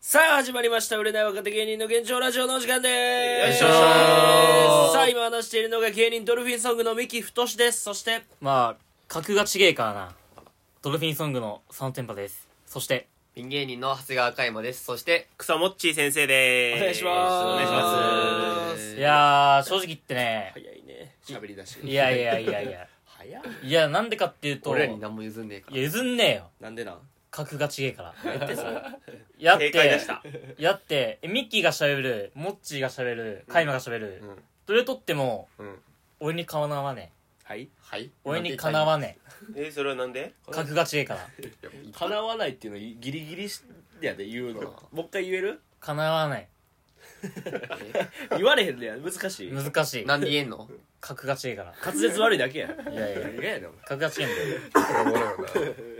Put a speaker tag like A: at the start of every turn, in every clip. A: さあ始まりました売れない若手芸人の現状ラジオのお時間です
B: よいしょ
A: さあ今話しているのが芸人ドルフィンソングの三木太ですそして
C: まあ格がちげえからなドルフィンソングの3連覇ですそして
B: ピン芸人の長谷川嘉山です。そして、
D: 草もっちー先生
A: お
D: でーす。
A: 願いします
D: お願いしま
A: い
C: いやー正直言ってね
A: 早いね
B: 喋り出し。
C: いやいやいやいや
A: 早っ
C: いやなんでかっていうと
B: 俺らに何も譲んねえか
C: いや譲んねえよ
A: なんでなん
C: 格がちげえから
A: やってそれ
C: やっ
D: 警戒出してた
C: やってミッキーがしゃべるモッチーがしゃべるカイマがしゃべる、
B: うん
C: どれとっても
B: ら。うん。
C: 俺にかなわね
A: はい
B: はい。
C: え俺にかなわ
B: ん。
C: ね
D: す。え、それはなんで
C: え格がちげえから
A: かなわないっていうのギリギリやで言うのもう一回言える
C: かなわない
A: 言われへんねや難しい
C: 難しい
B: なんで言えんの
C: 格がちげえから
A: 滑舌悪いだけや
C: いやいや
A: いやいや
C: 格がちげえんだよ
B: ない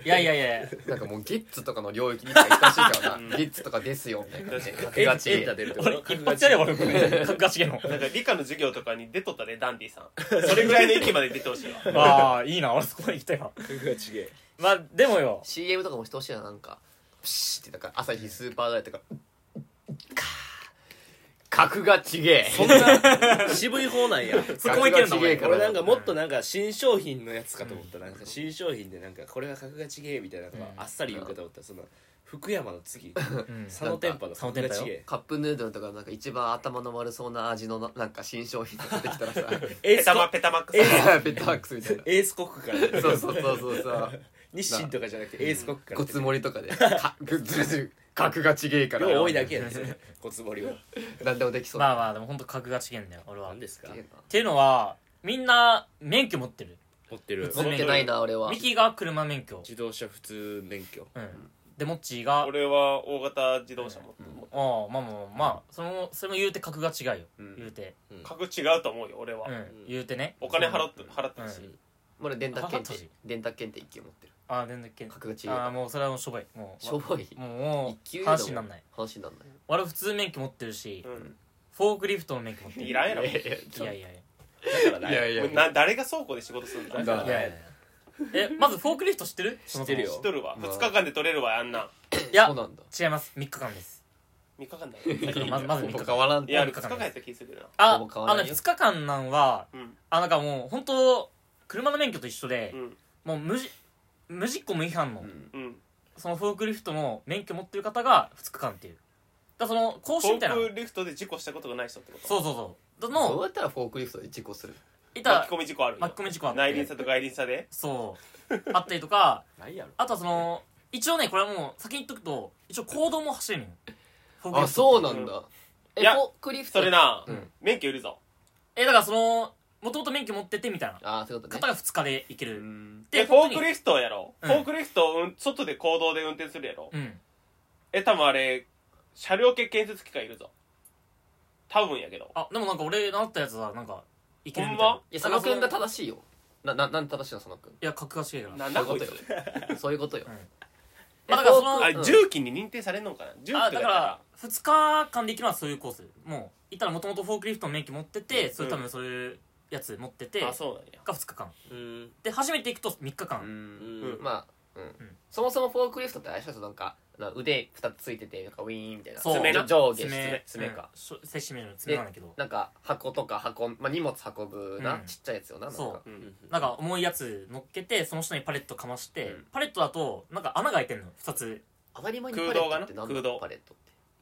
C: やいやいや
B: んかもうゲッツとかの領域に行かしいからな。ゲッツとかですよ、みたいな。
D: 確か
B: 格がちげえ
A: エンタ出るってこ
C: 俺
A: と
C: 一発やれよ俺これ格がちげえの
D: に。なんか理科の授業とかに出とったね、ダンディさん。それぐらいの域まで出てほしいわ。
C: ああいいな俺そこまで行きたいわ
A: 格がちげえ
C: まあでもよ
B: CM とかもしてほしいな、なんか。プシーって、だから朝日スーパーダイとか。かー格がちげえ。
A: そんな渋い方 なんや
C: そこもいけるんだ
B: 格がちげえか
A: 俺なんかもっとなんか新商品のやつかと思ったなんか新商品でなんかこれが格がちげえみたいなのがあっさり言うかと思ったらその福山の次
C: うん
A: 佐野店舗の格がちげ
B: カップヌードルとかなんか一番頭の悪そうな味のななんか新商品とかできたらさ
A: えエー
D: ペ
A: スコ
D: タマ、ペタマックス。
B: ペットワックスみたいな
A: エースコックから
B: そうそうそうそうそう
A: 日清とかじゃなくてエースコックから
B: ごつ盛りとかで かずるずる格がちげえから
A: 量多いだけやねそれごつ盛りは
B: 何でもできそう
C: まあまあでも本当格がちげえんだよ俺はっ
A: 何ですか
B: っていう
C: ていうのはみんな免許持ってる
A: 持ってる
B: の持ってないな俺は
C: ミキが車免許
A: 自動車普通免許
C: うんでモッチーが
D: 俺は大型自動車も。
C: ああまあまあまあまあそのそれも言うて格が違うよ
A: うん
C: 言うて
D: 格違うと思うよ、俺
C: う
D: は。
C: ん言うてね
D: お金払って、払ってほし
C: う
D: い。
B: 俺電卓検
C: あ
B: 定電卓検定一級持ってる
C: ああ全然け
B: 格がちげえ
C: ああ
B: か
C: もうそれはもうしょぼいも
B: ら
C: う
B: しょぼい
C: もうも
B: 一級
C: う
B: でも
C: 話になんない
B: 話になんない
C: 俺は普通免許持ってるし
D: うん。
C: フォークリフトの免許持ってる
D: いらんやろ。
B: いや
C: いやいやいや
A: だからない
B: い
D: もうな誰が倉庫で仕事するんだ
B: だ
C: いやいやいやえまずフォークリフト知ってる
A: 知ってるよ
D: 知っとるわ。
B: まあ
D: 2日間で取れるわ、あんなん。
C: いや
B: そうなんだ
C: 違います3日間です
D: 3日間だよ。
C: まずまず
B: ほぼ
C: 3日
B: 変
C: 間
B: わらん
D: い
B: て
D: や、あれ2日間やった気するな。
C: ああ
B: ほ
C: の
B: ぼ変わらんよ
C: 2日間なんは
D: うん。
C: あなんかもう本当車の免許と一緒で
D: う、ん。
C: もう無じ無実行無違反の、
B: うん
D: うん。
C: そのフォークリフトの免許持ってる方が2日間っていうだからその講
D: フ
C: 習
D: ォ
C: みたいな
D: ークリフトで事故したことがない人ってこと
C: そうそうそう
B: どう
C: の
B: やったらフォークリフトで事故する
C: いた
D: 巻き込み事故あるよ
C: 巻き込み事故あって
D: 内輪差と外輪差で
C: そうあったりとか
A: ないやろ
C: あとはその一応ねこれはもう先に言っとくと一応行動も走れるのよフォークリ
B: あ
C: フト
B: そうなんだえ
D: い
B: フォ
D: や
B: ークリフト
D: それな、
B: うん
D: 免許いるぞ
C: えだからそのもともと免許持っててみたいな
B: あそういうこと
C: 方
B: ね
C: が2日で行ける、
B: うん
C: で
D: えフォ
C: 本
D: ー
C: 当
D: ク
C: に
D: リフトやろ、
C: うん
D: フォークリフト、うん、外で公道で運転するやろ、
C: うん
D: え多分あれ車両系建設機械いるぞ多分やけど
C: あでもなんか俺習ったやつはなんかいけるみたい
D: ほ
C: なん
D: ま
B: いや佐野くんが
C: い
B: 正しいよなななんで正しいの佐野くん
C: や格が違えから
D: なん
B: そう
D: だ
B: いうこ
D: ことい
B: よ
D: つ
B: そういうことよ
C: うん
B: え
C: まあだからそ
B: フォ
C: の
B: ー
D: あ
B: クうん
D: 重機に認定されんのかな重機だ
C: あ
D: った
C: だからら2日間で行けるのはそういうコースもういったらもともとフォークリフトの免許持ってて、それ多分そういうやつ持っててが
D: あそうなんや
C: 2日間
A: うん
C: で初めて行くと3日間、
A: うん
B: まあ、うん
C: ん
B: そもそもフォークリフトってあれでしょなんかな腕2つついててなんかウィーンみたいな
C: そう
D: 爪な
B: 上下
C: 爪
B: 爪爪か、
C: うんしょ、接種面の爪なんだけど
B: なんか箱とか箱、まあ、荷物運ぶな、
C: うん
B: ちっちゃいやつよななんか
C: そう
D: うん
C: なんか重いやつ乗っけてその下にパレットかまして、
B: うん
C: パレットだとなんか穴が開いてんの2つ
B: 当たり前に
D: 空
B: パレ
D: 洞
B: ッ
D: が
B: ト
D: な
B: ってなん
D: 空
B: だ
D: 洞
B: パレットっ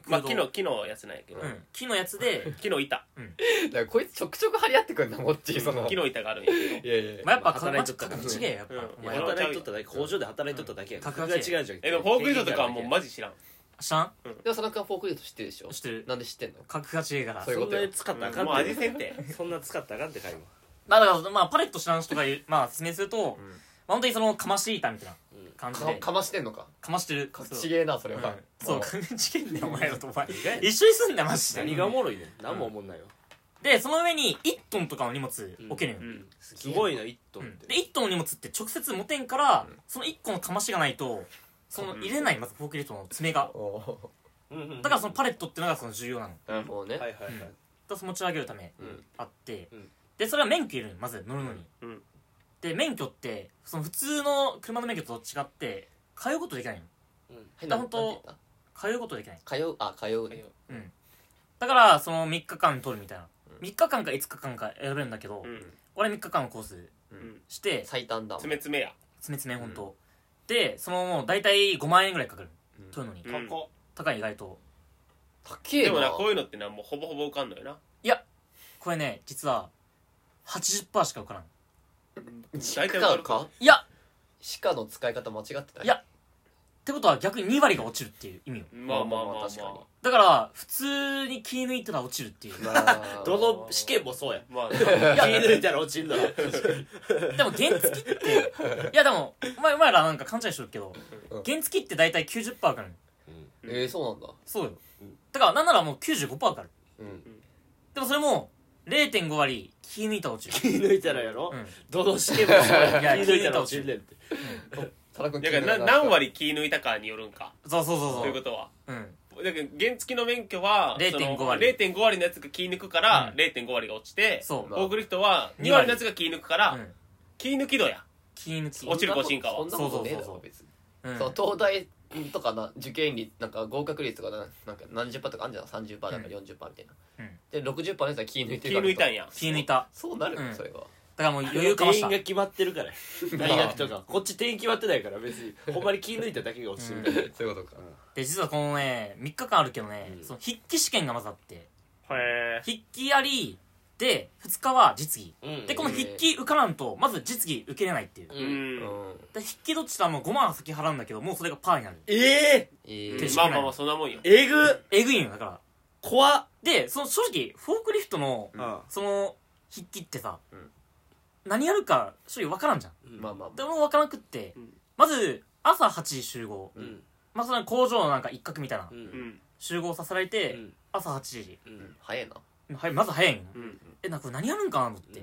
D: まあ木の木のやつなんやけど、
C: うん、木のやつで
D: 木の板
B: てだからこいつちょくちょく張り合ってくんなもっちその
D: 木の板があるんやけど
B: いやいやいや
C: まあやっぱ
A: まあ働いとったから
C: 格ちげえやっぱ、
D: うん
C: お前は
A: 働いとっただけ工場で働いとっただけや
C: うん
A: 格が違うじゃん
D: えでもフォークリフトとかはもうマジ知らん
C: 知らん
B: でも佐野くんはフォークリフト知ってるでしょ
C: 知ってる
B: なんで知ってんの
C: 格がちげえから
B: そうい
A: そ
B: うこ
A: ん
B: とよ
A: な使ったらあかん
D: もう味せんて
A: そんな使ったらあかんって買い
C: まあだから、まあ、パレット知らん人が言う、まあ、説明すると、
B: うん
C: まあ、本当にその、かまし板みたいな感じ
B: か
C: で、か
B: かましてんのか
C: ましてる。
B: か
C: そう
B: ちげえなそれ
C: う
B: は、
C: んそう、
B: も
C: かみちげえんだよ、お前らとお前。
A: 外や
C: 一緒にすんだよ、マジで。
A: 何がおもろいねん何もおもんないよ
C: で、その上に、1トンとかの荷物置けるよ。
D: う
C: うん
D: ん
A: すごいな1トンっ
C: で、
A: て
C: 1トンの荷物って直接持てんから、その1個のかましがないと、その、入れない、まずフォークリフトの爪が。
B: うお
C: だからそのパレットってのがその重要なの。
B: ーもうね、
A: はいはいはい
C: だから持ち上げるため
B: うん
C: あって、
A: うん
C: でそれは免許いるのよまず乗るのに、
D: うん
C: で免許ってその普通の車の免許と違って通うことできないの
B: はい、
C: だ
B: なん
C: から
B: て言っ
C: 本
B: た
C: 通うことできない
B: 通うあ通う
D: 通う
C: だからその3日間取るみたいな3日間か5日間か選べるんだけど、
D: うん
C: 俺3日間のコース
D: うん
C: して
B: 最短だ
D: 詰め詰めや
C: 詰め詰め本当、でそのもう大体5万円ぐらいかかる
B: うん
C: 取るのに、
D: ここ
C: 高い意外と
B: 高え
D: で
B: な
D: もなこういうのってなもうほぼほぼ受かんのよな
C: これね実は80%しか受からん
D: 大
B: 歯
D: 体わかる
B: 科
D: か
B: か
C: いやっ
B: 歯科の使い方間違ってた
C: いやてことは逆に2割が落ちるっていう意味よ
D: まあまあまあまあ
B: 確かに
C: だから普通に気抜いたら落ちるっていう
B: まあ
A: どの試験もそうや
D: まあ
A: 気抜いたら落ちるんだろ
C: でも原付っていやでもお前お前らなんか勘違いしとるけど
B: うん
C: 原付って大体90%かかる
B: えー、そうなんだ
C: そうよ
A: うん
C: だからなんならもう95%かかる
B: うん
C: でもそれも0.5割気抜いたら落ち
A: 気
C: る
A: 抜いたらやろ
C: うん
A: どの試験もそうや
C: いや
A: 気抜いたら落ちるねんって
B: 田中君
D: だからな何割気抜いたかによるんか
C: そうそうそう
D: と
C: そ
D: いう
C: う
D: ことは
C: うん
D: だけど原付の免許は
C: 0.5
D: その
C: 割
D: 0.5割のやつが気抜くから
C: うん
D: 0.5割が落ちて
C: そう
D: フォークリフトは
C: 2
D: 2
C: 割
D: 割のやつが気抜くから
C: うん
D: 気抜き度や
C: 気抜き
D: 落ちる
B: か
D: 更新かは
B: そんなことねえだ
C: そうそうそうそ
B: ろ
C: う
B: 別に、
C: うん
B: その東大とかな受験率なんか合格率とかななんか何十パーとかあんじゃん30パーだから40パーみたいな、
C: うん
B: で60パーのやつは気抜いて
D: 気
B: るから
D: 抜いたんや
C: 気抜いた
B: そうなる、
C: うん
B: それは
C: だからもう余裕かました
A: 定員が決まってるから大学とかこっち定員決まってないから別にほんまに気抜いただけが落ちてるだけ
B: そういうことか
C: で実はこのね3日間あるけどね、
A: うん
C: その筆記試験がまずあって
D: へ
C: 筆記ありで2日は実技
A: うん
C: でこの筆記受からんとまず実技受けれないっていうで
A: う
D: うん
B: うんん
C: 筆記どっちだもう5万先払うんだけどもうそれがパーになる
A: ええ
B: えー
C: 手
D: まあまあまあそんなもんよ
A: えぐ
C: えぐいのよだから
A: 怖っ
C: でその正直フォークリフトのその筆記ってさ、
B: うん
C: 何やるか正直分からんじゃん
A: うん
B: まあまあ
C: でも分からなくって、
D: うん
C: まず朝8時集合、
A: うん
C: まあその工場のなんか一角みたいな
A: うん
D: うん
C: 集合させられて、
A: うん
C: 朝8時
A: うん
B: 早いな
C: はいまず早いんよ、
D: うん
C: えなんかこれ何やるんかなと思って、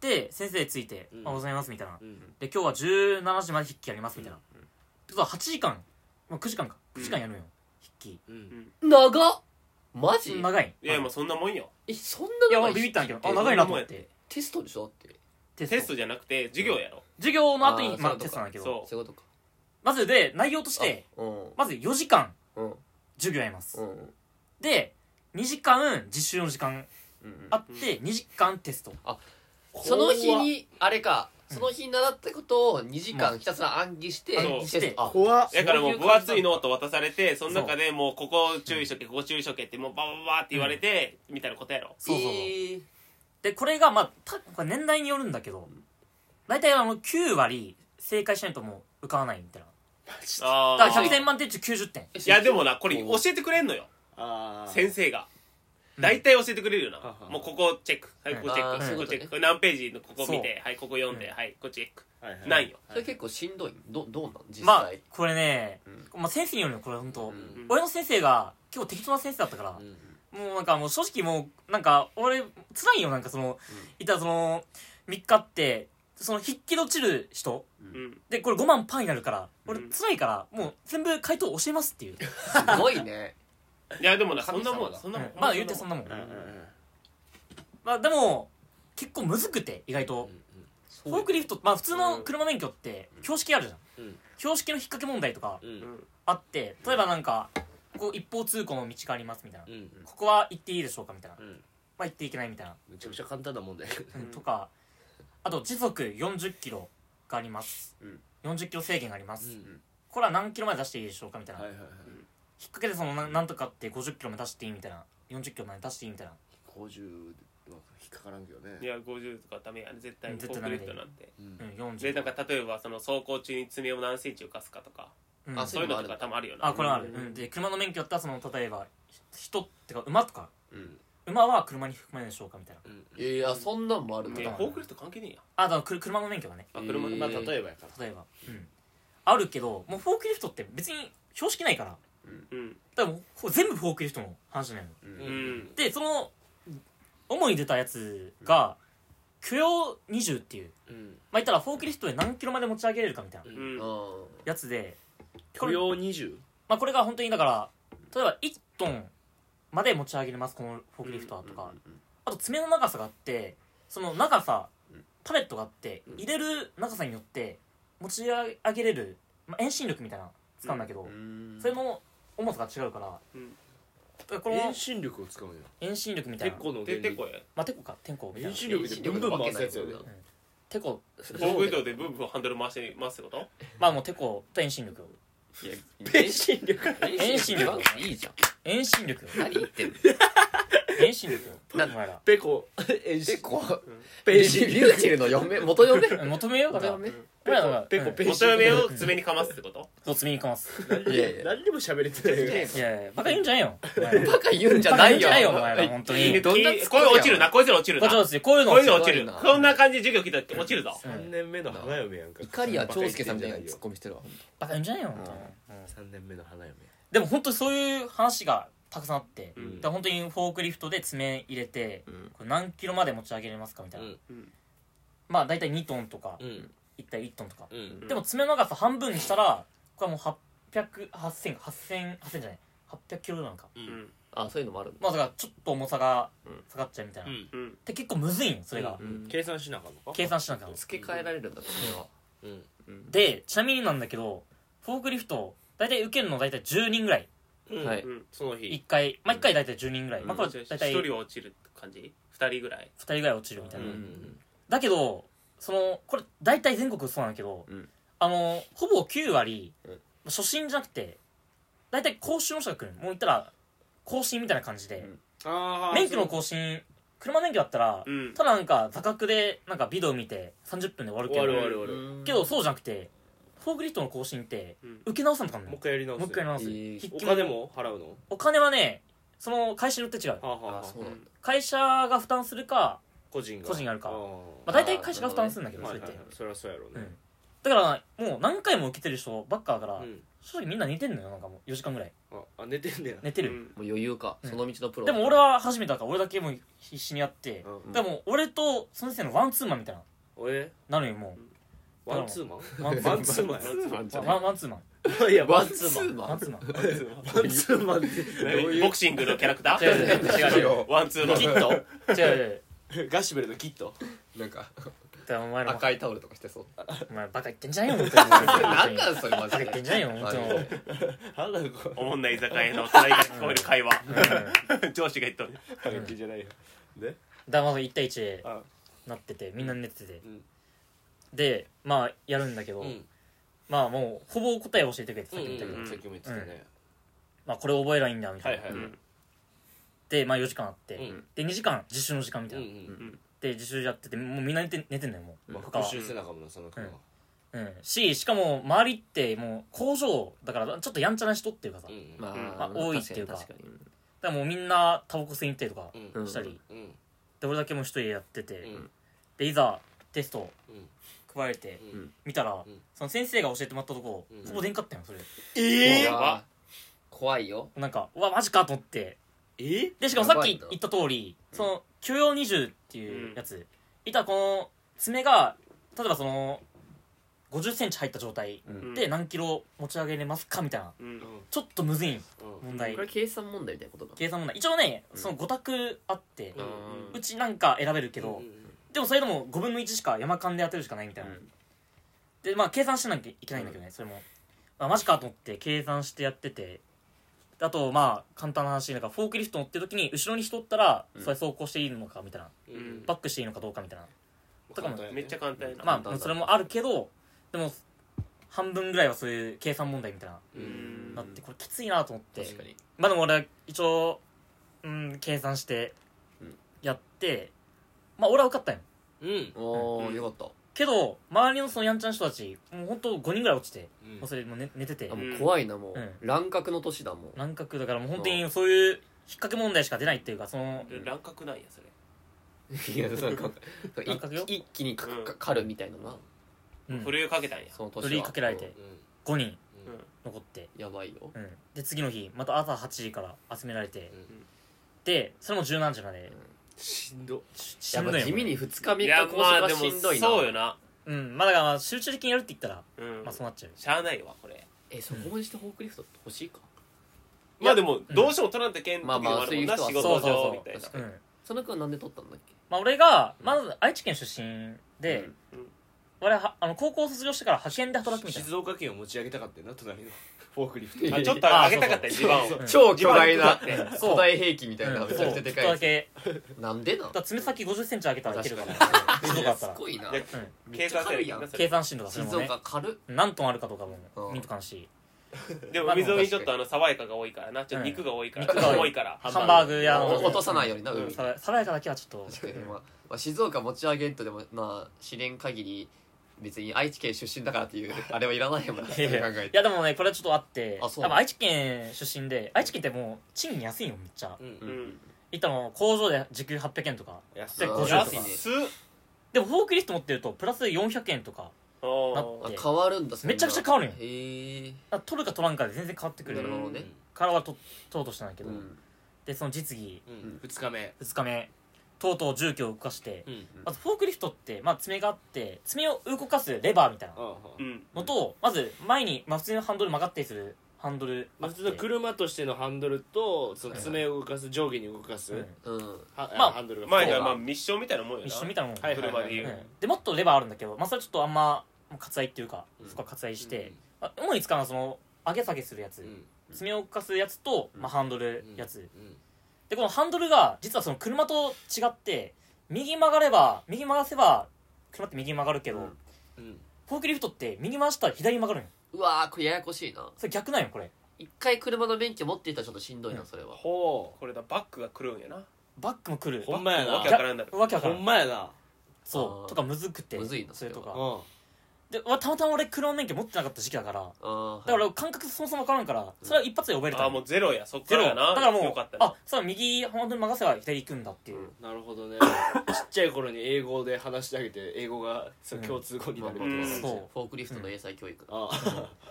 C: で先生ついて「
A: うん
C: あおはようございます」みたいな、
A: うん
C: で今日は17時まで筆記やりますみたいな、ってことは8時間、まあ、9時間か9時間やるんよ、筆
A: うん
B: 長っマ
C: 記
B: ジ
C: 長い
D: いやいやもうそんなもんよ
B: えそんない
C: や俺ビビったんやけどあ
B: え
C: 長いなと思って
B: テストでしょだって
C: テ
D: テストじゃなくて授業やろ
C: 授業の後に
B: あーそう
C: まあ
B: いうことか
C: テストなんだけど
D: そ
B: そういうことか
C: まずで内容として
B: あうん
C: まず4時間
B: うん
C: 授業やります、
B: うんうん
C: で2時間実習の時間
B: うん
C: あって2時間テスト
B: その日にあれかその日に習ったことを2時間ひたすら暗記して
D: そう
B: テストあ
A: 怖っ
D: うだからも
B: そうういう
D: 分
B: 感じ
D: 厚いノート渡されてその中でもうここを注意しとけここ注意しとけってもうババババって言われてみたいなことやろ
C: そう
B: え
C: そう、
B: ー
C: でこれがまあたこれ年代によるんだけど大体あの9割正解しないともう受からないみたいな
D: あ
C: だ
D: あ
C: から100
D: い
C: 点満点中90点
D: やでもなこれ教えてくれんのよ
A: あー
D: 先生が
C: うん
D: 大体教えてくれるよ
A: はは
D: なもうここチェックはいここチェッ
C: あ
D: ク
C: ー
D: ここチェッ
B: そういうことね
D: クこれ何ページのここ見て
C: そ
D: はいここ読んで
C: うん
D: はいここチェック
A: はいはい
D: ないよ
B: それ結構しんどいどどうなん実
C: まあ
B: 際
C: これね、
B: う
C: まあ、先生によるよこれ本当、
B: うん
D: うん
C: 俺の先生が結構適当な先生だったから、もうなんかもう正直もうなんか俺辛いよなんかその、いたその3日ってその筆記で落ちる人
D: うん
C: でこれ5万パーになるから俺
D: うん
C: 辛いからもう全部回答教えますっていう、
B: すごいね
D: いやでもなそんなも
B: 神様
D: ん
B: だ
D: そんなもん
C: まあ言うてそんなもん、
A: うんうん
C: まあでも結構むずくて意外と、フォークリフトまあ普通の車免許って標識あるじゃん、
A: うん
C: 標識の引っ掛け問題とか
A: うんうん
C: あって例えばなんかここ一方通行の道がありますみたいな、
A: うん
C: ここは行っていいでしょうかみたいな、
A: うんうん
C: まあ行っていけないみたいな、
A: めちゃくちゃ簡単な問題
C: うん
D: うん
C: とかあと時速40キロがあります、
A: うん
C: 40キロ制限があります、
A: ん
C: これは何キロまで出していいでしょうかみたいな、
A: はいはいはい
C: 引っ掛けでそのななんとかって50キロまで出していいみたいな40キロまで出していいみたいな
A: 50は引っかからんけど
D: い
A: ね
D: や50とかダメやね絶対
C: うん
D: フォ
C: 絶対
D: ー
C: ダ
D: クリ
C: メだ
D: フトな
C: よ
D: んて
A: うん
C: うん40
D: でなんか例えばその走行中に爪を何センチ浮かすかとか
C: うん
B: あ
D: そういうのとかたまるよな
C: あこれはあ
D: う
C: る、
D: ん
C: うん、で車の免許だったらその例えば人ってか馬とか
A: うん
C: 馬は車に含まれるでしょうかみたいな
A: うん
B: いやいやそんなんもある
D: い
B: ん
D: や
B: だ
D: フォークリフト関係ねえや
C: あだからくる車の免許がね
D: あ車
B: え
D: の
B: ー
A: まあ例えばやから
C: 例えばうんあるけどもうフォークリフトって別に標識ないから
D: うん
C: だからもうほ全部フォークリフトの話なの
A: うん
D: うん
C: でその主に出たやつが許容20っていう
A: うん
C: まあ言ったらフォークリフトで何キロまで持ち上げれるかみたいな
A: う
D: うんん
B: うん
C: やつで、
A: 許容20
C: まあ、これが本当にだから例えば1トンまで持ち上げれますこのフォークリフトはとか、あと爪の長さがあってその長さ
A: うん
C: パレットがあって
A: うん
C: 入れる長さによって持ち上げれる、まあ、遠心力みたいなの使うんだけど、
A: うん
C: それも重さが違うから、
D: うん
C: この
A: 遠心力を使うのよ
C: 遠心力みたい
A: 鉄
C: な
A: 鋼の原
D: で
A: 理
D: てこい
C: まあ、テコかテコみた
A: 遠
C: いな
A: 心力でブンブン回すやつよね
C: テコ
D: 防具移動でブンブンハンドル回してますってこと
C: まあもうテコと遠心力よ
B: いや
A: 遠心力
C: 遠心力
B: いいじゃん
C: 遠心力よ
B: 何言ってんの
C: 遠心力よお前ら
A: ペコ遠
B: 結
A: 心
B: 構
A: ペ
B: リ
A: ン
B: ュ
A: シ
B: リュウチェルの嫁元嫁
C: うん求めようか
B: 元
C: ら
B: 嫁
C: 俺らが
A: ペコペ
C: うん
A: コ
D: 元嫁を爪にかますって こと
C: そう積みに行かます
B: いやいや
A: 何にも喋れてないよ
C: いやいやバカ言うんじゃないよお前ら
B: バカ言うんじゃないよ
C: バカ言うんじゃないよお前ら本当に
B: どんな
D: きこういう落ちるなこういうの落ちる
C: こ
D: な
C: っちはですねこういうの
D: こういうの落ち
B: す
D: る
B: ごいな
D: こんな感じで授業聞いたって落ちるぞ
C: うん
A: 3年目の花嫁やんか
B: 怒りや長介さんみたいな
A: よ
B: ツッコミしてるわ
C: バカ言うんじゃないよ、本当にうん
A: 3年目の花嫁
C: でも本当にそういう話がたくさんあって、
D: う
C: だ
D: ん
C: から本当にフォークリフトで爪入れて、
B: うん
C: これ何キロまで持ち上げれますかみたいな、
A: うん
D: うん
C: まあ大体2トンとか、
A: ん
C: 1対1トンとか、
A: うん
C: でも爪の長さ半分にしたらこれはもう800 8000か8000 8000じゃない800キロなのか
A: う
D: うんん
B: あそういうのもあるんだ
C: まあだからちょっと重さが
B: うん
C: 下がっちゃうみたいな、
A: うん
D: うん
C: で結構むずいんよそれが、
B: うん
A: 計算しなあかんのか
C: 計算しなきゃ
B: 付け替えられるんだそれは
A: うん
B: うん
C: でちなみになんだけどフォークリフト大体受けるの大体10人ぐらい
A: うん
B: はい
D: うん
A: その
C: 1
A: 日
C: 回毎回大体10人ぐらい、まあこれ
D: じゃあ
C: 大体
D: 一
C: 2
D: 人落ちる感じ二人ぐらい
C: 人ぐらい落ちるみた
B: う
C: いな、
B: ん
C: だけどそのこれ大体全国そうなんだけど、
B: うん
C: あのほぼ9割、
B: うん
C: 初心じゃなくて大体講習の人が来るもう言ったら更新みたいな感じで、
A: あ
C: 免許の更新車免許だったら、
D: うん
C: ただなんか座角でなんかビデオ見て30分で終わるけ
A: 終
C: ど
A: わる終わる終わる
B: うん
C: けどそうじゃなくてフォークリフトの更新って
D: うん
C: 受け直さんとかあんの
A: もう
C: よ
A: 一回やり直す
C: もう一回やり直す、
B: えー
C: 筆記
A: お金も払うの
C: お金はねその会社によって違う
A: はあはあは
B: あ
A: あ
B: そうなんだ
C: 会社が負担するか、
A: 個人が
C: 個人がやるか
A: あー
C: まあ、大体会社が負担するんだけど
A: は
C: そ
A: い
C: れっ
A: は
C: て
A: いはいそりゃそうやろう
C: う
A: ね
C: んだからもう何回も受けてる人ばっかだから、
A: うん
C: 正直みんな寝てんのよなんかもう4時間ぐらい
A: ああ寝てんねや
C: 寝て
D: う
C: る、
D: ん
B: もう余裕か
C: うん
B: その道のプロ
C: でも俺は初めてだから俺だけもう必死にやって、
A: うん
C: でも俺とその先生のワンツーマンみたいな
A: おえ
C: なのよも
A: ワンツーマン
C: ワンツーマン
A: ワンツーマン
B: ワンツーマンじゃない
C: うワンワンツーマン
A: いや
B: ワ
A: ワ
B: ン
A: ン
B: ツ
A: ツ
B: ー
A: ー
B: マン
C: ワンツーマン
A: マンワンツーマンってどうい
D: ボクシングのキャラクタ
C: 違う違
D: ー
C: う違う違う
B: よ
D: ワンツーの
C: キット違う違う違う
A: うガシベルのキット
B: なんか
C: だからお前ら
B: 赤いタオルとかしてそう
C: お前バカ言ってんじゃんよ本当に 本当に
B: なんなんそれマ
C: バカ
B: ジ
C: 言って
B: で
C: んじゃんよ本当に、うん
A: 花子
D: おもんない居酒屋の隣が聞こえる会話上司が言っとる
A: 関係じゃないよね
C: だからまあ1対1で
A: あ
C: なっててみんな寝てて、
A: うん
C: でまあやるんだけど、
A: うん
C: まあもうほぼ答え教えてくれてさ
A: さっ
C: っき
A: き
C: も言
A: も
C: ったけど、
D: うん
A: 言ってたね
C: まあ、これ覚えりゃいいんだみたい
A: は
C: な、
A: いはいはい
D: うん
C: で、まあ、4時間あって、
A: うん
C: で2時間実習の時間みた
A: う
C: い
A: んう
C: な、
A: ん
C: で自習やっててもうみんな寝て寝てんのよもう、
A: まあ
C: 他
A: 復讐
C: は
A: 背中もなその子は
C: うん、ししかも周りってもう工場だからちょっとやんちゃな人っていうかさ、
A: う
C: だ
A: ん
D: う
B: ま
C: か
D: ん
C: まあ多いっていうか
B: 確に確から
C: もうみんなタバコ吸いに行ったりとか
A: うんうん
B: に
C: したり、
A: うん
C: で俺だけもう一人でやってて、
A: うん
C: でいざテスト
A: うん
C: 加えて
A: うん
C: 見たら、
A: うん
C: その先生が教えてもらったとこ、
A: うん
C: ほぼでんかったよそれ
B: え
D: うわ
B: 怖いよ
C: なんかうわマジかと思って
A: え
C: でしかもさっ
B: やばい
C: き
B: な
C: 言った通りその許容20っていうやつ、いたらこの爪が例えばその5 0ンチ入った状態
D: うん
C: で何キロ持ち上げれますかみたいな
D: うん
C: ちょっとむずいん
A: うん
C: 問題
B: これ計算問題みたいなことだ
C: 計算問題一応ね
B: うん
C: その5択あって
A: うん
C: うちなんか選べるけ
A: け
C: どでもそれでも5分の1しか山間で当てるしかないみたいなでまあ計算しなきゃいけないんだけどねそれもあマジかと思って計算してやっててであとまあ簡単な話なんかフォークリフト乗ってる時に後ろに人おったら
B: うん
C: それ走行していいのかみたいな
A: うん
C: バックしていいのかどうかみたいなとかも
D: めっちゃ簡単やな
C: ま
B: だ
C: あそれもあるけどでも半分ぐらいはそういう計算問題みたいな
A: うん
C: なってこれきついなと思って
B: 確かに
C: まあでも俺は一応うん計算して
B: うん
C: やってまあ俺は受かったんよ
A: うん
B: お
D: う
B: ー
D: ん
B: よかっ
C: けど周りのそのやんちゃな人たちもうほんと5人ぐらい落ちてもうそれもう寝寝てて
B: たあもう怖いなも
C: う
B: うん乱獲の年だも
C: 乱獲だからもう本当にそういう引っ掛け問題しか出ないっていうかその
D: 乱獲なんやそれ
B: ん いやなんか
C: 乱獲よ
B: 一一気にか
D: うん
B: か狩るみたいなな
C: うん
D: ふるいかけたんや
B: その
C: ふる
B: 年
C: い
B: は
C: かけられて5人
D: うん
C: 残って
B: やばいよ
C: うんで次の日また朝8時から集められて
A: うん
C: でそれも17時まで
A: しんど
C: しし
B: や
C: ん
B: っ
C: どい
B: ぱ
C: の
B: 地
C: よ
B: 味に2日
D: い
B: 3
D: や
B: 日
D: まあ
B: 拘
D: で
B: 束
D: も
B: はしんどいな
D: そうよな
C: うんまあだからまあ集中的にやるって言ったら
D: うん
C: まあそうなっちゃう
D: しゃあないわこれ
B: えそこまでしてフォークリフト欲しいか
D: まあでもどうしても取らんといけん時
B: まあまあ
D: もあるもんな
B: そう
D: 仕
B: いう人
D: 事
B: は
D: 上みたいな
B: そうそうそう確か
C: うん
B: その子はなんで取ったんだっけ
C: まあ俺がまず愛知県出身で
B: うん
D: うん
C: 我々はあの高校卒業してから派遣で働くみたいな
A: 静岡県を持ち上げたかったよな隣のフォークリフト
B: い
D: あちょっと上げたかったよ
B: そ
D: 地
B: う
D: 盤を
A: そう
B: 超巨大な
D: 自慢を
C: そう
B: 古代兵器みたいな
C: うん
B: めちゃくちゃでかい
C: そうちょっとだ
B: やつ
C: け
B: なんでなん
C: だから爪先5 0ンチ上げたらいけるから
B: い
C: 静岡だ
B: や
C: った
B: す
C: ら
B: ごいな
D: で
C: うん
B: め
D: 計
B: っちゃ
D: 算せ
B: 軽
D: る
B: いやん
D: なそれ
C: 計算振動がそれ
B: 静
C: もね
B: 岡軽っ
C: 何トンあるかとかも
B: うん
C: 見とかんし
D: でも海沿いちょっとあの爽やかが多いからなちょっと肉が多いから、
C: うん
D: 肉が多いから
C: ハンバーグ屋の
B: お落とさないようにな
C: うん
B: 海
C: さらさらやかだけはちょっ
B: 確か
C: と
B: に、まあまあ、静岡持ち上げんとでもまあ試練限り別に愛知県出身だからって いうあれはいらないもんね考
C: いやいや
B: え
C: い
B: て
C: やでもねこれはちょっとあって
B: あ
C: 多
B: そうな
C: 分
B: の
C: 愛知県出身で愛知県ってもう賃金安いよめっちゃ
A: うん
D: うん、
C: いったの工場で時給800円とか
A: 安
C: で
A: い
B: あー
C: 50
D: 安
C: とか
B: ね
D: す
C: でもフォークリフト持ってるとプラス400円とかだっ
B: あ
C: て
B: 変わるんだそんな
C: めちゃくちゃ変わるんよ
B: へえ
C: だから取るか取らんかで全然変わってくる
B: なるほどね
C: からはととうとしたんだけ
B: う
C: ど、
B: ん
C: でその実技
A: うんうん二日目
C: 2日目とうとう重機を動かして、
A: うんうん
C: まずフォークリフトって、まあ、爪があって爪を動かすレバーみたいな
D: うん
C: のと、まず前に、まあ、普通のハンドル曲がったりするハンドル
A: ま
C: あ
A: あ普
C: って
A: 通の車としてのハンドルとその爪を動かす上下に動かす
C: う
B: う
C: ん
B: ん
A: は
C: まあ
A: ハンドルが
D: 前が
A: そう
D: まあ密集みたいなもんやな
C: 一緒みたいなもん、
A: はいはい
D: 車
A: は
D: で
A: い
D: 言
C: う
D: うん
C: でもっとレバーあるんだけど、まあ、それちょっとあんま割愛っていうか、
A: うん
C: そこは割愛して、まあ、主に使うのはその上げ下げするやつ、
A: うんうん
C: 爪を動かすやつと、
B: うん
C: まあ、ハンドル
A: うん
C: やつ、
A: うん
C: でこのハンドルが実はその車と違って右曲がれば右曲がせば車って右曲がるけど、
B: うん
A: うん
C: フォークリフトって右回したら左に曲がるんよ
B: うわーこれややこしいな
C: それ逆なんよこれ
B: 一回車の免許持っていたらちょっとしんどいなそれは
A: ほ
D: これだバックが狂うんやな
C: バックも来る
A: ほんまやな
D: わけわからんなる
C: 逆わ
A: う
C: けわか
A: ほ
C: ら
A: ん
C: ん
A: まやな
C: そ
B: あー
C: うとかむずくて
B: むずいな
C: それと
A: う
C: か
A: ん
C: でわたまたま俺車の免許持ってなかった時期だから
B: あ
C: だから感覚そもそもわからんからそれは一発で覚えれ
D: あ
C: たの
D: あもうゼロやそっか
C: ゼロ
D: ら
C: だ
D: やな
C: からも
D: よ
C: う
D: かったね
C: あそう右本当に任せば左行くんだっていう、
B: うん
A: なるほどねちっちゃい頃に英語で話してあげて英語がそう
C: うん
A: 共通語になるみたい
D: うん
A: な
C: そう
B: フォークリフトの英才教育
A: ああ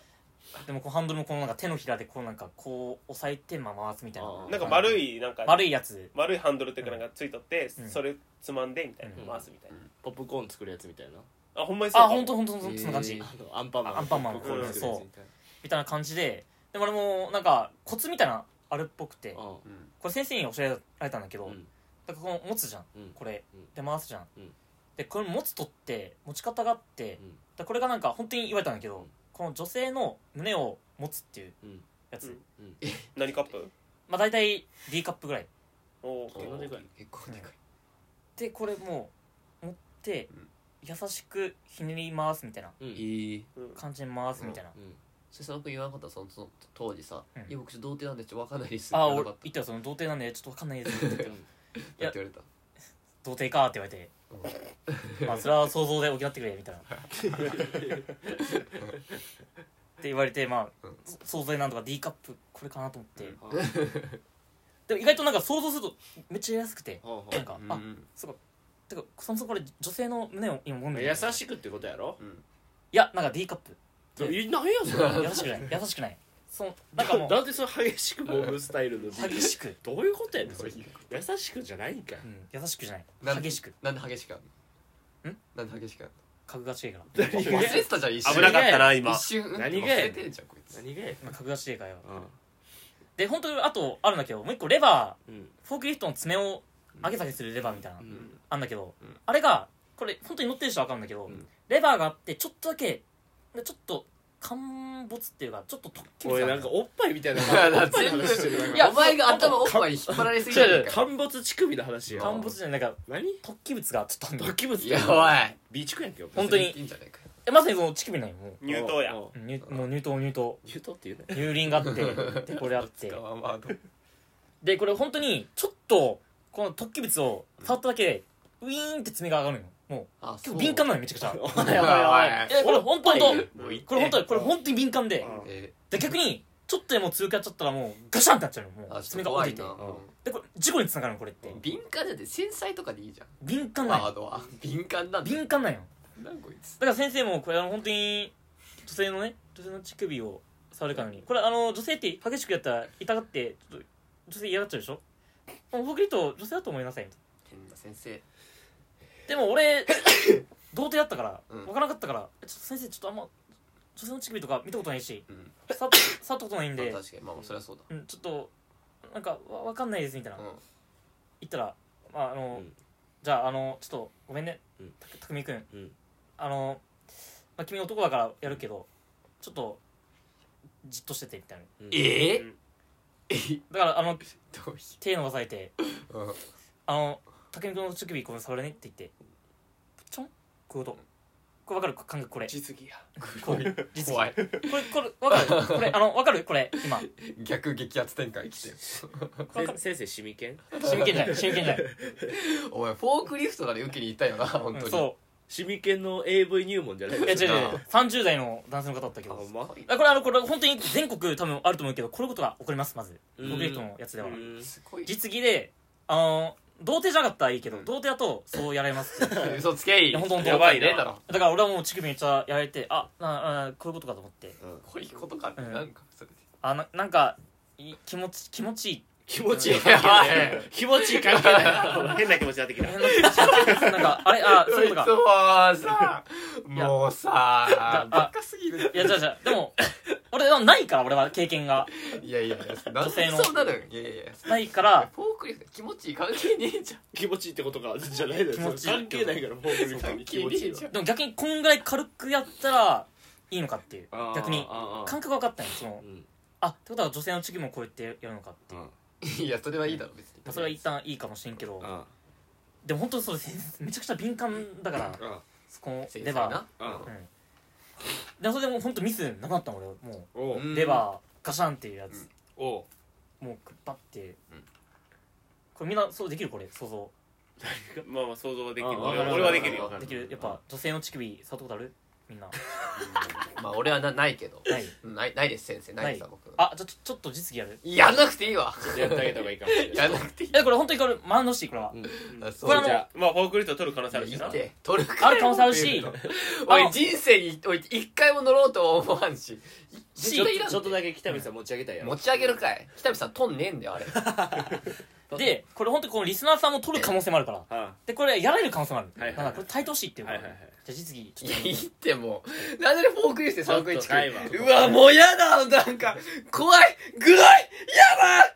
C: でもこうハンドルもこのなんか手のひらでこうなんかこう押さえてまあ回すみたいな
A: あー
D: なんか丸
C: い
D: いなんか
C: 丸いやつ
D: 丸いハンドルっていうかなんかついとって、
C: うん
D: それつまんでみたいな、
C: うん
D: 回すみたい
A: ポップコーン作るやつみたいな
D: なあほんまにそう
C: あ
D: かも
C: 本当本当そんな感じ、
B: へー
A: あのアンパンマン
C: アンパンマン
A: ポップコーン作るやつみたい
C: みたいな感じででも俺もなんかコツみたいなのあるっぽくて
A: なうん
B: うん
C: これ先生に教えられたんだけど、
A: うん
C: だからこの持つじゃん
A: うん
C: これ、
A: うん
C: で回すじゃん、
A: うん
C: でこれ持つとって持ち方があって、
A: うん
C: だこれがなんか本当に言われたんだけど、
A: うん
C: この女性の胸を持つっていう
A: うん
C: やつ、
D: うん
A: うん
D: 何カップ
C: まあ大体 D カップぐらい
D: おお
B: あー
A: 構でかい
B: 結構でかい
C: でこれもう持って
B: うん
C: 優しくひねり回すみたいな
A: うん
B: いい
D: うん
C: 感じに回すみたいな、
A: うん
B: そ佐野君言わなかったそのその当時さ
C: うん
B: 「いや僕ちょっと童貞なんでちょっと分かんないです」
C: ああ
B: 言
C: 俺
B: わなか
C: 言
B: っ
C: っ
B: た
C: よその童貞なんでちょっと分かんないですって言って
B: ただって言われた
C: 童貞かって言われてまあそれは想像で補ってくれみたいなって言われてまあ
B: うん
C: そ想像でなんとか D カップこれかなと思って、
A: あー
C: でも意外となんか想像するとめっちゃ安くて
A: ほう
C: なん
A: ほ
C: か、
B: うん
C: あそうかてかそもそもこれ女性の胸を今揉ん
A: う
C: でる
A: 優しくってことやろ
B: うん
C: いやなんか D カップ うん
A: いなんやそれ
C: 優しくない優しくないそのなんかもう
A: だってそれ激しくモブスタイルの
C: 激しく、
A: どういうことやねんそれ優しくじゃないんかい
C: うん、優しくじゃ
B: な
C: な
B: いんで
C: 激しく
B: なんで激しくあんの
C: ん
B: なんで激しくあん
C: 格が違いから
A: 何
B: の忘
A: が
B: れてたじゃん一瞬
D: 危なかったな今
B: 一瞬うん
A: 何が
B: 忘
A: やね
B: れ
A: ん
B: てんじゃんこいつ
A: 何がや
C: まあ格が違いからよ
A: う
C: で本当にあとあるんだけどもう一個レバ
A: んうん
C: ーフォークリフトの爪を上げ下げするレバーみたいな、
A: うん
C: あんだけど、
B: うん
C: あれがこれ本当に乗ってる人は分かるんだけど、
A: うん
C: レバーがあってちょっとだけちょっと陥没っていうかちょっと突起
A: おいなんかおっぱいみたいなおっぱいの話してるなんか
B: いやお前が頭おっぱいに引っ張られすぎてるから
A: 陥没乳首の話や
C: 陥没じゃないなんか
A: 何
C: 突起物がちょっとあんの
A: 突起物
B: いやおい
A: 備蓄やんけお前
C: 本当に
B: いいんじゃないか
C: えまさにその乳首なんよもう
D: 入刀や
A: おうおう
C: 入もう入刀入刀
A: 言うとって言うね
C: 乳輪があってでこれあって
B: まあまあどう
C: でこれ本当にちょっとこの突起物を触っただけでウィーンって爪が上がるのよもう
B: あ
C: 結
B: そう
C: 構敏感なのよめちゃくちゃ
A: お
B: いおい
C: えこれ本当
A: おっぱ
C: 本
A: い
B: もういい
C: 当これ本当これ本当に敏感で
A: うん
B: え
C: で逆にちょっとでも強くやっちゃったらもうガシャンってなっちゃうのよ
B: ー
C: もう
B: あちょ
C: 爪
B: っ
C: が
B: と
C: 落
B: 怖
C: ち
B: い
C: て
B: な
C: でこれ事故につながるのこれって
B: うん敏感だって繊細とかでいいじゃん
C: 敏感なん
B: ワー
C: よ
B: ドは敏感なんだ
C: 敏感なんよ
B: なんこいつ
C: だから先生もこれあの本当に女性のね女性の乳首を触るかのようにこれあの女性って激しくやったら痛がってちょっと女性嫌がっちゃうでしょもう僕にと女性だと思いなさいみたい
B: 変な先生
C: なで も俺童貞だったから
B: うん
C: 分からなかったから、えちょっと先生ちょっとあんま女性の乳首とか見たことないし
B: うん
C: 触っ触ったことないんで、
B: まあ確かにまあまあそりゃそうだ
C: うん、ちょっとなんかわ分かんないですみたいな、
B: うん
C: 言ったら、まああの
A: うん
C: じゃああのちょっとごめんね、
A: うん
C: たたくみくん、
A: うん
C: あの、まあ、君男だからやるけどちょっとじっとしててみたいな
A: うん
B: ええ
D: うん
C: だからあの
B: どうい
C: 手伸ばされて
B: う、うん、
C: あの「武見君の乳首ごめん触れね」って言ってプチョンこういうことこれわかる感覚これ
D: 実技や
C: こう実
B: 怖い
C: これこれわかるこれあのわかるこれ 今シ
B: 逆激アツ展開 来て
C: わかる
A: 先生シミケン
C: ミケンじゃないシミケンじゃない、
B: お前フォークリフトなら受けに行ったよな本
C: う
B: 当に、
C: ん、そ
A: シミケンの AV 入門じゃないう
C: いや違う違う
B: な
C: 30代の男性の方だったけ
A: あ
C: ど
A: ほんま
C: あこれあのこれ本当に全国多分あると思うけどこういうことが起こりますまず
A: うん
C: フォークリフトのやつでは
A: うん
B: すごい
C: 実技であの童貞じゃなかったらいいけど、童貞だとそうやられますって
B: 嘘つけい
C: いやほんとほんと
B: やばい
D: やば
B: ね
D: いな
B: だろ
C: だから俺はもう乳首めっちゃやられてあなあこういうことかと思って
A: うん
B: こういうことかって
C: うん
B: なんかそれで
C: あななんかい気持ち気持ちいい
A: 気持ちいい
B: やばい
A: 気持ちいい関係ない変な気持ちになってきた
C: 変な気持ちになって なんかあれあそういうこと か
B: もうさ
C: いや
B: もうさ
C: だ
B: バカすぎる
C: いやじゃあじゃあでも俺はないから俺は経験が
B: いやいやいやなん
C: 女性
B: で
C: の
B: そうなるんいやいやいや
C: ないから
B: フォークリフト気持ちいい関係ねえじゃん
A: 気持ちいいってことかじゃないのよ
C: 気持ちいい
A: 関係ないからフォークリフトに気持ちいいわ
B: ゃん
C: でも逆にこんぐらい軽くやったらいいのかっていう
A: あー
C: 逆に
A: あーあー
C: 感覚分かったんよその
A: うん
C: あってことは女性の乳首もこうやってやるのかっていう、
A: うん
B: いやそれはいいだろ別に
C: まあ、それは一旦いいかもしれんけど
A: うん
C: でも本当に それめちゃくちゃ敏感だから
A: うん
C: そこの
B: 繊
C: レ
B: 細
C: バー
A: う
B: な
A: ん
C: うんでもそれでもう本当ミスなくなったの俺も
A: おう
B: うん
C: うレバーガシャンっていうやつ、
A: おう
C: もうバッて、
B: うん
C: これみんなそうできるこれ想像
D: まあまあ想像はできる
A: あ
D: 俺
A: わか
D: は
A: る
D: 俺はできる
B: わ
D: よ
B: かる
C: できるやっぱ女性の乳首触ったことあるみんな
B: まあ俺はなないけど
C: ない
B: うんないないです先生ないです
C: な
B: わ僕
C: あじゃあちょちょっと実技やる
B: やんなくていいわ
A: ちょっとやってあげた方がいいかもしれな
B: や
A: い
B: んなくていい
C: えこれ本当にこれ回してほしいこれは、
B: あそ
C: これ
B: う
C: はも
B: じ
C: う
B: ゃ
D: まあフォークリフト取る可能性
B: あ
D: ある
B: いい
D: し
B: っ
D: な
B: て取る
C: ある可能性あ るし
B: お
C: あ
B: い
C: の
B: 人生におい一回も乗ろうとは思わんし
A: ち
B: 死んでい
A: ょ
B: ら
A: っと
B: ん
A: ちょっとだけ北見さん持ち上げたいやろ
B: 持ち上げるかい北見さん飛んねえんだよあれ
C: でこれ本当にこのリスナーさんも取る可能性もあるから
A: うんは
C: でこれやられる可能性もある、
A: はいはいはい
C: だからこれ対等しいって
A: い
C: い
A: う
C: か
A: は
C: ら、
A: いはい
C: じゃあ実技ち
B: い
C: ょっ
B: やいいってもうなんでフォークリフトでサークイチ
A: ちょっとないわ
B: うわもうやだなんか怖いぐらいや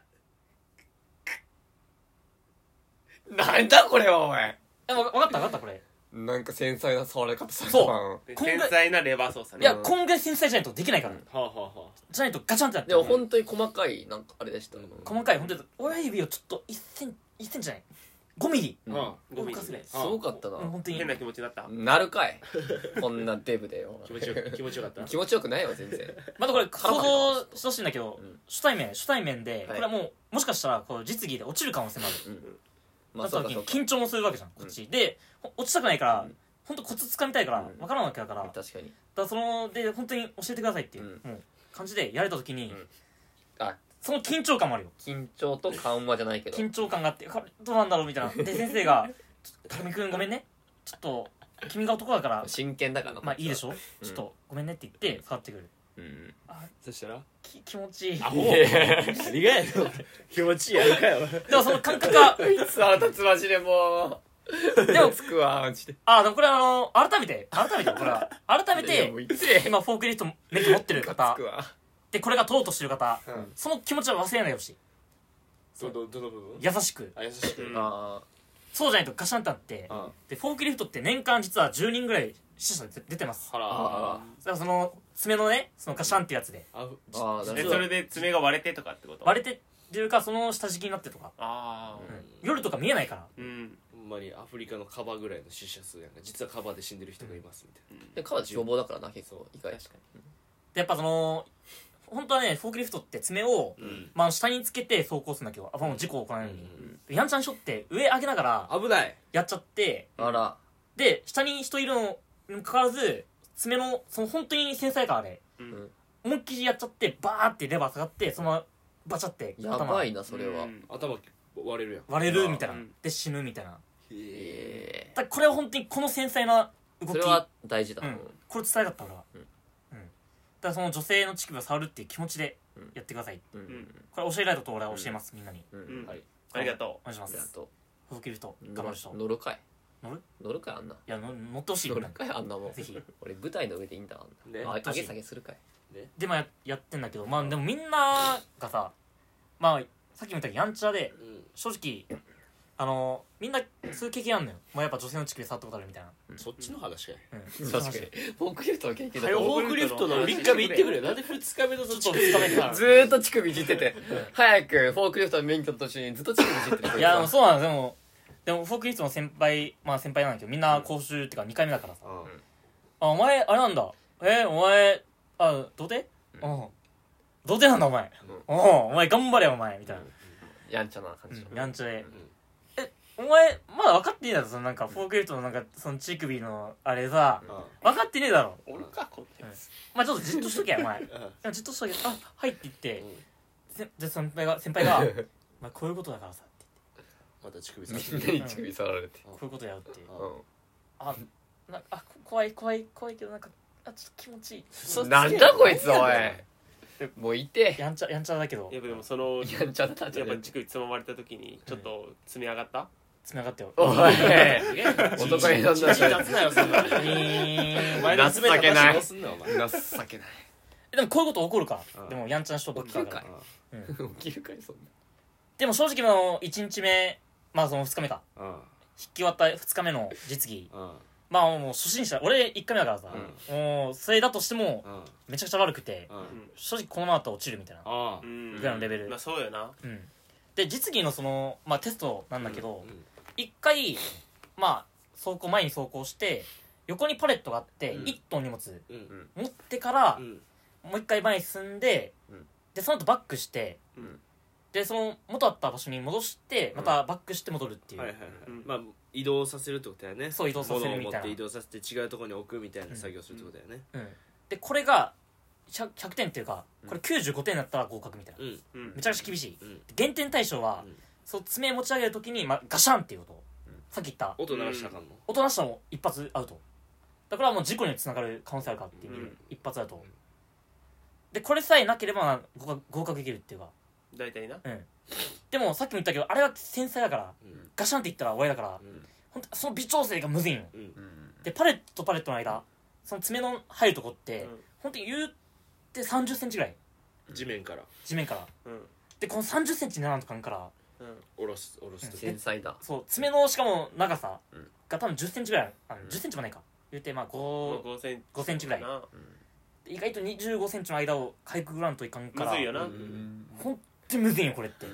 B: だなんだこれはお前
C: とえわ分かった分かったこれ
B: なんか繊細な触れ方さ
C: そう
B: う
D: で
C: こんぐら
D: 繊
C: い
D: 細なレバー操作
C: い
D: ね
C: やこんぐらい繊細じゃないとできないから、
B: うん
A: はあはあはあ
C: じゃないとガチャンってなって
B: でも本当に細かいなんかあれでした、
A: うん
C: 細かい本当に親指をちょっと1セン1センチじゃない5ミリ
B: うん
A: うん
D: ゴミ
C: 動かすね
B: すごかったな
C: うん本当に
D: 変な気持ちになった
B: なるかいこんなデブでよ
A: 気持ち よ気持ちよかった
B: 気持ちよくないよ全然
C: まだこれ
B: 絡ま
C: 想
B: ないな
C: 像してほしいんだけど、
B: うん
C: 初対面初対面で、
B: い
C: これはもうもしかしたらこう実技で落ちる可能性もある、
B: まあ
C: だ
B: そ
C: っ
B: う
C: た
B: か
C: 時
B: そうか
C: に緊張もするわけじゃんこっち、でほ落ちたくないから、
B: うん
C: 本当コツ掴みたいから
B: うん
C: 分からんわけだから、だか
B: 確かに
C: らそので本当に教えてくださいっていう,、
B: う
C: もう感じでやれた時に、
B: うんあ
C: その緊張感もあるよ
B: 緊張と緩和じゃないけど
C: 緊張感があってこれどうなんだろうみたいなで先生が「ちょっと神くんごめんねちょっと君が男だから
B: 真剣だからな
C: まあいいでし
B: ょ
C: ょ、ちょっとごめんね」って言って触ってくる
B: うん
A: そしたら
C: き気持ちいい
A: アホ何がやねん気持ちいいやるか よ
C: でもその感覚が
B: こいつ腹立つマジでもう
C: でも
B: つくわマジで
C: あでもこれあの改めて改めてこれは改め
B: いやいや
C: て
B: もういつれ
C: 今フォークリフト免許持ってる
B: ム
C: 方
B: カつくわ
C: でこれが通ろうとしてる方
A: うん
C: その気持ちは忘れないでほしい
A: どどどの部分
C: 優しく
A: あ優しく
D: うん
B: あ
C: そうじゃないとガシャンってなって
A: あ
C: でフォークリフトって年間実は10人ぐらい死者出てます
A: あら
B: あ
C: だからその爪のねそのガシャンってやつで
A: あふ
B: ーあーな
D: で
B: るほ
D: そ
B: ど
D: れで爪が割れてとかってこと
C: 割れてるかその下敷きになってとか、
D: あ
C: う
D: あ
C: ん夜とか見えないから
D: うん
A: ほんまにアフリカのカバぐらいの死者数やんか実はカバで死んでる人がいますみたい
B: で彼は凶暴だからな結構意外
A: 確か
C: でやっぱその本当はねフォークリフトって爪を、
A: なうん
C: まあ、下につけて走行するんだけどあもう事故を起こらないように、やんちゃんしょって上上げながら
A: 危ない
C: やっちゃって
B: あら
C: で下に人いるのにもかかわらず爪のその本当に繊細感あれ
D: うん
C: 思いっきりやっちゃってバーってレバー下がってそのままバチャって
B: やばいなそれは
D: うん
A: 頭割れるやん
C: 割れるみたいな、
D: うん
C: で死ぬみたいな
A: へえ
B: え
C: だからこれは本当にこの繊細な
B: ー
C: 動
B: それ
C: き
B: は大事だ
C: うん、これ伝えたかった俺は、
B: う
C: うんんだからその女性の乳首を触るっていう気持ちでやってください、
B: うん
C: これ教えられたと俺は教えます、みんなに
B: うん
D: うん
A: はい
D: ありがと
C: お願いしま
B: ありが
C: す
B: と
C: ほどきると
B: う
C: 我慢しとい
B: 乗るかい
C: 乗る
B: 乗るかいあんな
C: やの乗ってほしい
B: 乗
C: みん
B: る
C: な
B: かいあんなもん
C: ぜひ
B: 俺舞台の上でいいんだあん
A: ね
B: なあ上
C: 確か
B: げ
C: に
B: 下げするかい
C: でまあややってんだけどまあでもみんながさまあさっきも言ったけどやんちゃで
A: うん
C: 正直あのみんなそういう経験あんのよもうやっぱ女性の乳首触ったことあるみたいな、
A: そっちの話かよ
C: う ん、
B: 確かにフォークリフトの経験だ
A: フ
B: と
A: ォークリフトの3日目行ってくれよなんで2日目のそっち
C: ちょっと二日目から
B: ずーっと乳首いじってて早くフォークリフトの免許の途中にずっと乳首いじってる
C: いやでもそうなんですでもでもフォークリフトの先輩まあ先輩なんだけどみんな講習っていうか2回目だからさ、
A: うん
C: あお前あれなんだえお前あ童貞うん童貞なんだお前、うん、お前頑張れよお前みたいな、
B: やんちゃな感じ、
C: うんやんちゃで、
A: ん
C: えお前まだ分かってねえだろそのなんかフォークリフトのなんかその乳首のあれさ分かってねえだろ
D: おるかこんなやつ
C: まあちょっとじっとしとけお前いやじっとしとけあはいって言って、せで先輩が先輩が「まあこういうことだからさ」って
A: また乳首
B: みんなに乳首触られて、
C: こういうことやよっていう
A: う
C: あなあこ怖い怖い怖いけどなんかあちょっと気持ちいい
B: うん、なんだこいつおいもういて
C: やんちゃやんちゃだけど
D: やっぱでもそのや
B: やんちゃだなじゃ
D: っぱ乳首つままれた時にちょっと積み上がった
C: つながってよ
B: おい
A: 男
B: 男にそんな
A: 立つなよそん な
C: え
A: 前の爪立たしてどうすんのお前
B: 情けない
C: でもこういうこと起こるか
A: うん
C: でもやんちゃな人ばっかだから
B: 起
A: う
B: 起きるかいそんな
C: でも正直もう1日目まあその2日目か
A: ん
C: 引き終わった2日目の実技
A: うん
C: まあもう初心者俺1回目だからさもうそれだとしても
A: うん
C: めちゃくちゃ悪くて
A: うん
D: うん
C: 正直このままだったら落ちるみたいな
A: あ
D: うん
C: ぐらいのレベル
D: まあそうよな
C: うんで実技のそのまあテストなんだけ
A: あ
C: ど一回まあ走行前に走行して横にパレットがあって
A: うん
C: 1トン荷物
A: うんうん
C: 持ってから
A: うん
C: もう一回前に進んで、
B: うん
C: でその後バックして、
D: うん
C: でその元あった場所に戻してまたバックして戻るっていう、
A: はいはいはいまあ移動させるってことだよね
C: そう移動させるみたいな
A: 物を持って移動させて違うところに置くみたいな作業するってことだよね
C: うんでこれが 100, 100点っていうかこれ95点だったら合格みたいな、
A: うん
D: うん
C: めちゃくちゃ厳しい
A: うん
C: 減点対象は、
A: うん
C: そう爪持ち上げるときに、まあ、ガシャンっていう音、さっき言った
A: 音鳴らしたらあかんの
C: 音なしでも一発アウトだからもう事故につながる可能性あるかっていう、
D: うん
C: 一発アウトでこれさえなければ合格合格できるっていうか
D: 大体な
C: でもさっきも言ったけどあれは繊細だから
A: うん
C: ガシャンって言ったら終わりだから
A: うん
C: 本当その微調整がむずいんよ
A: うん
B: うん
C: でパレットとパレットの間その爪の入るとこって、
D: うん
C: 本当に言って3 0ンチぐらい
A: 地面から
C: 地面から
D: うん
C: でこの3 0ンチにならんとかんから
D: うん
A: 下ろす下ろすと
B: 繊細だ
C: そう爪のしかも長さ
B: うん
C: が多分1 0ンチぐらいある
B: うん
C: 1 0ンチもないか言ってまあ
D: まあ
C: 5
D: 5セン
C: 5センチぐらい
D: な
C: 意外と2 5ンチの間をかいくぐらんといかんか
D: む
C: ら
D: ずいよな
A: う
B: うんん
C: 本当にむずいんよこれって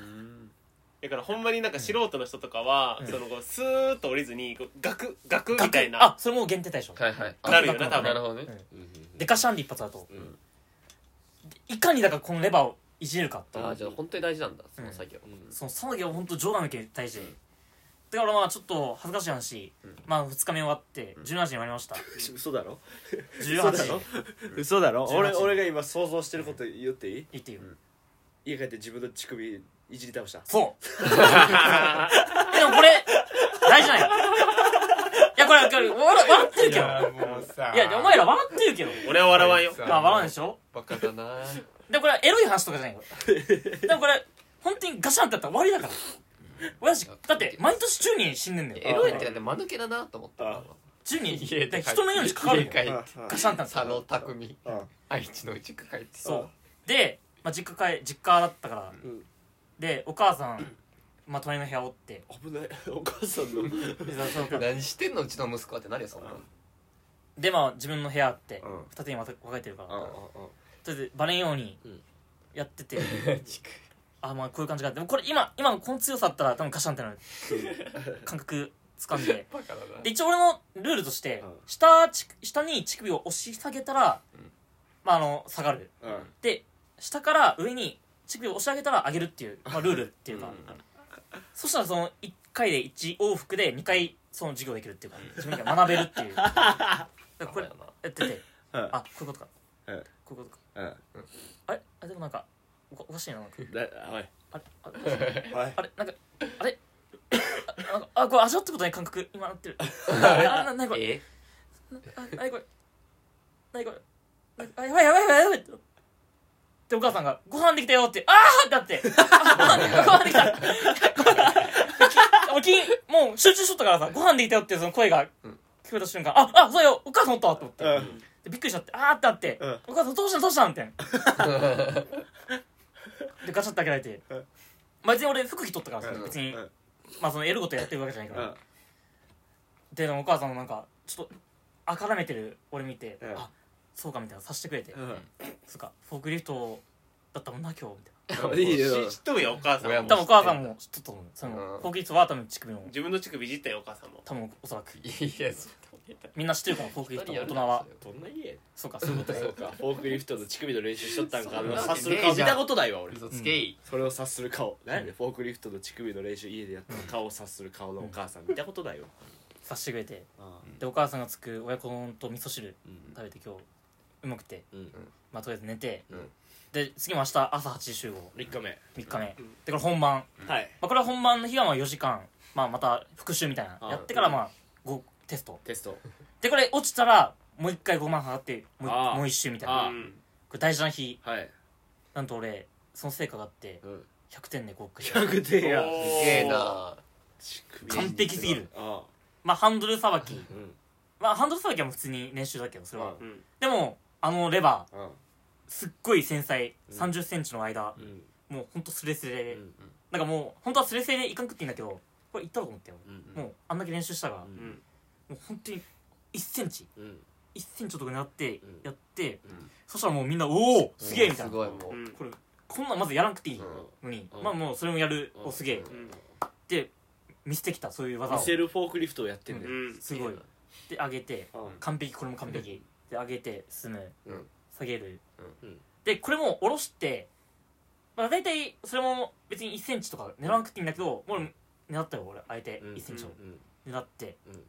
D: だからほんまになんか素人の人とかは、
C: うん
D: そのこうスーッと降りずにこうガクガクみたい
C: あ
D: な
C: それもう限定対象
B: はいはいあ
D: なるよな多
B: なる
D: 分
B: ほどね
A: うん
C: でガシャンで一発アウト
A: うん
C: いかにだからこのレバーをいじれるかっていう
B: あーじゃあ本当に大事なんだその作業
A: うん
C: そのその時は本当冗談抜けに大事、だからまあちょっと恥ずかしい話、
B: うん
C: まあ2日目終わって17時に終わりました、
A: 嘘だろ
C: 18時
A: そうだろ嘘だろ
C: 18
A: 俺俺が今想像してること言っていい
C: 行っていいよ、
B: うん
A: 家帰って自分の乳首いじり倒した
C: そう えでもこれ大事なんやいやこれこれ笑笑ってるけど
B: もうさ
C: いやお前ら笑ってるけど
D: 俺は笑わんよ
B: はいさ
C: まあ笑うんでしょ
B: バカだな
C: でもこれはエロい話とか じゃないよでもこれ本当にガシャンってやったら終わりだから親父だって毎年10人死んでんだよ
B: エロいってなんで間抜けだなと思った
A: あ
C: 10
B: 家
C: 人
B: で
C: 人の命かかるよ
B: 家帰っ
A: うん
B: て
C: ガシャンってなった
B: 佐
C: ら
B: 野匠
A: うん
B: 愛知のうち帰って
C: そうで、まあ、実家帰実家だったから、
A: うん
C: でお母さん、まあ、隣の部屋おって
A: 危ないお母さんの
C: でその
B: 何してんのうちの息子はってなるよそんな の
C: でまあ自分の部屋あって、
A: うん
C: 二手に分か分かれてるから、
A: うん
C: とりあえずバレんように
A: うん
C: やってて、
B: 乳首
C: あまあこういう感じがあってでもこれ今今のこの強さだったら多分ガシャンってなる感覚つかんで
B: バカだ
C: で一応俺のルールとして、
A: うん
C: 下ち下に乳首を押し下げたら、
B: うん
C: まああの下がる
A: うんうん
C: で下から上に乳首を押し上げたら上げるっていう、まあ、ルールっていうか、そしたらその1回で1往復で2回その授業できるっていうか自分が学べるっていうだから
B: な
C: これや
B: な
C: ってて
A: うん
C: あこういうことか
A: う
C: こうんいうことか
A: うん
C: あれあでもなんかおかおかしいななんか
A: だおい
C: あれあれ
A: おい
C: あれなんかあれ あなんかあこれ味わったことない感覚今なってるあな なにこれ
B: え
C: あなにこれなにこれなんかあやばいやばいやばいやばいでお母さんが「ご飯できたよ」って「ああ!」ってなって あ「ご飯できた!」おきもう集中しとったからさ「ご飯できたよ」っていうその声が
B: ん
C: 聞こえた瞬間「ああそうよお母さんおった!」と思って
A: うん
C: でびっくりしちゃって「ああ!」ってなって
A: うん
C: 「お母さんどうしたどうした?」みたいなでガチャッと開けられて
A: うん
C: まあ別に俺服着とったから
A: う
C: さ
A: ん
C: 別に
A: うん
C: まあそのエロいことやってるわけじゃないから、
A: うん
C: でお母さんもなんかちょっとあからめてる俺見て、
A: うん
C: あそうかみたいなさしてくれて、
A: うん
C: そうかフォークリフトだったもんな今日みたい
A: いいよ
D: し知っとるよお母さん
B: 親
D: も
C: な
B: も
C: 多分お母さんも知っとったと思うその、
B: うん
C: フォークリフトは多分乳首の
D: 自分の乳首いじったよお母さんも
C: 多分おそらく
B: いやそ
C: みんな知ってるからフォークリ
B: う
C: フト大人は
A: どんな家や
C: そうかそういうこ と
A: そうかフォークリフトの乳首の練習しとったんか
B: そんなわけ
A: 察する顔見たことないわ俺
B: 嘘つけい、
A: それを察する顔何やねんフォークリフトの乳首の練習家でやった顔を察する顔のお母さん見たことないわ
C: さしてくれて
A: あ
C: でお母さんが作る親子丼と味噌汁
A: あうん
C: 食べて今日うまくて、
A: うん
C: まあとりあえず寝て、
A: うん
C: で次も明日朝8時集合
A: 3日目
C: 3日目、
D: うん
C: でこれ本番、
A: はい
C: まあ、これは本番の日はまあ4時間、まあ、また復習みたいな
A: あ
C: やってからまあごテスト
A: テスト
C: でこれ落ちたらもう一回5万払ってもう
A: あー
C: もう一周みたい
A: あ
C: な
A: ー
D: うん
C: これ大事な日
A: はい
C: なんと俺その成果があって
A: うん
C: 100点で合格
A: 100点や
D: おー
B: すげえな
A: 乳首
C: 完璧すぎる
A: あ
C: まあハンドルさばき
A: あうん
C: まあハンドルさばきはもう普通に練習だけどそれは
A: あ
D: うん
C: でもあのレバー
A: あ
C: すっごい繊細
A: うん
C: 3 0ンチの間
A: うん
C: もうほんとスレスレ
A: う
C: で
A: ん
C: なんかもう本当はスレスレでいかんくっていいんだけどこれいったろうと思ったよ
A: うん
C: もうあんだけ練習したから
A: う
C: も
D: うんん
C: う本当に1センチ
A: うん
C: 1センチのとこ狙って
A: うん
C: やって
A: うん
C: そしたらもうみんな「おおすげえ!」みたい
B: す
C: な
B: ごいもう、
D: うん
C: これこんなんまずやらなくていい
A: うん
C: のに
A: うん
C: まあもうそれもやる
A: うん
C: おすげえ
D: うん
C: で見せてきたそういう技
A: 見
C: を
A: せるフォークリフトをやってんだ
D: う
A: よ
D: ん
C: すごいで上げて
A: うん
C: 完璧これも完璧で上げて進む
B: うん
C: 下げる
A: うん
C: でこれも下ろしてまあ大体それも別に1センチとか狙わなくていいんだけどもう狙ったよ俺あえて
A: うん
C: 1センチを
A: うん
C: 狙って
A: うん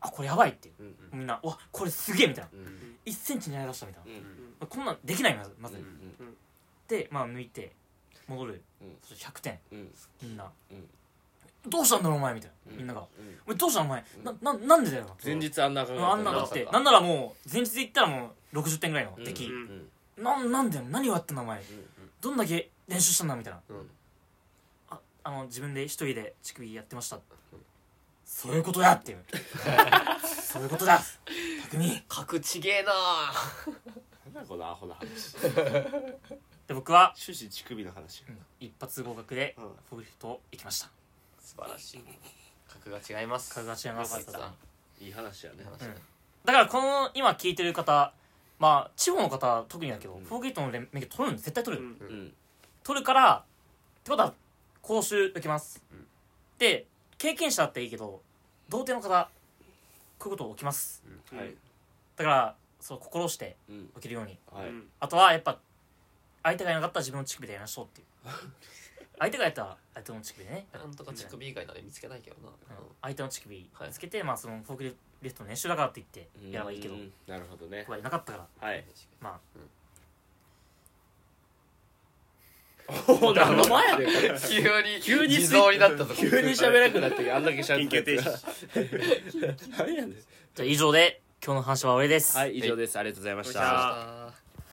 C: あこれやばいって
A: うん
C: みんなわこれすげえみたいな
A: うんうん
C: 1センチ狙い出したみたいな
A: うん
C: まあこんなんできないまずまず
A: うん
C: でまあ抜いて戻る
A: うん
C: そしたら100点
A: うん
C: みんな
A: うん
C: どうしたんだろうお前みたい
A: うん
C: なみんなが
A: うん
C: お前どうしたのお前なななんでだよな
A: 前日あんなあかんかった
C: あんなだっ
B: ま
C: て
B: さか
C: なんならもう前日で言ったらもう60点ぐらいの
A: うん
C: 出来、
A: うん
C: なん、なんだよ何をやったんだお前
A: うん
C: どんだけ練習したんだみたいな
A: うん
C: ああの自分で一人で乳首やってましたそういうことだっていう そういうことだ匠
B: 格ちげえな
A: なんだこのアホな話
C: で僕は
A: 終始乳首の話
C: 一発合格で
A: うん
C: フォーリフト行きました
B: 素晴らしい格が違います
C: 格が違います
B: よかった
A: いい話やね
B: 話だね
C: だからこの今聞いてる方まあ地方の方は特にだけど、
A: ん
C: フォークリフトの連免許取るの絶対取る、
D: うん
A: うん
C: 取るからってことは講習受けます、
B: うん
C: で経験者だっていいけど童貞の方こういうこと起きます
D: うん
A: はい
C: だからそう心して
A: うん
C: 起きるように
A: はい
D: うん
C: あとはやっぱ相手がいなかったら自分の乳首でやりましょうっていう相手がやったら相手の乳首でね、
B: なんとか乳首以外なら見つけないけどな、
C: うん
B: うん
C: 相手の乳首
B: はい
C: つけて、まあそのフォークリフトの練習だからって言ってやればいいけど
A: うんなるほどね
C: 僕はいなかったから
A: はい
C: ま
A: お何の前やねんこ れ
B: 急に
A: 急に
B: 地蔵になったと
A: 急に喋らなくなってあんだけ喋
D: 緊
A: っ
D: 急停
A: て
D: 止
A: 何やねん
C: あじゃあ以上で今日の話は終わりです
A: はい以上ですありがとうございまし
D: ありがとうございましたた
B: あー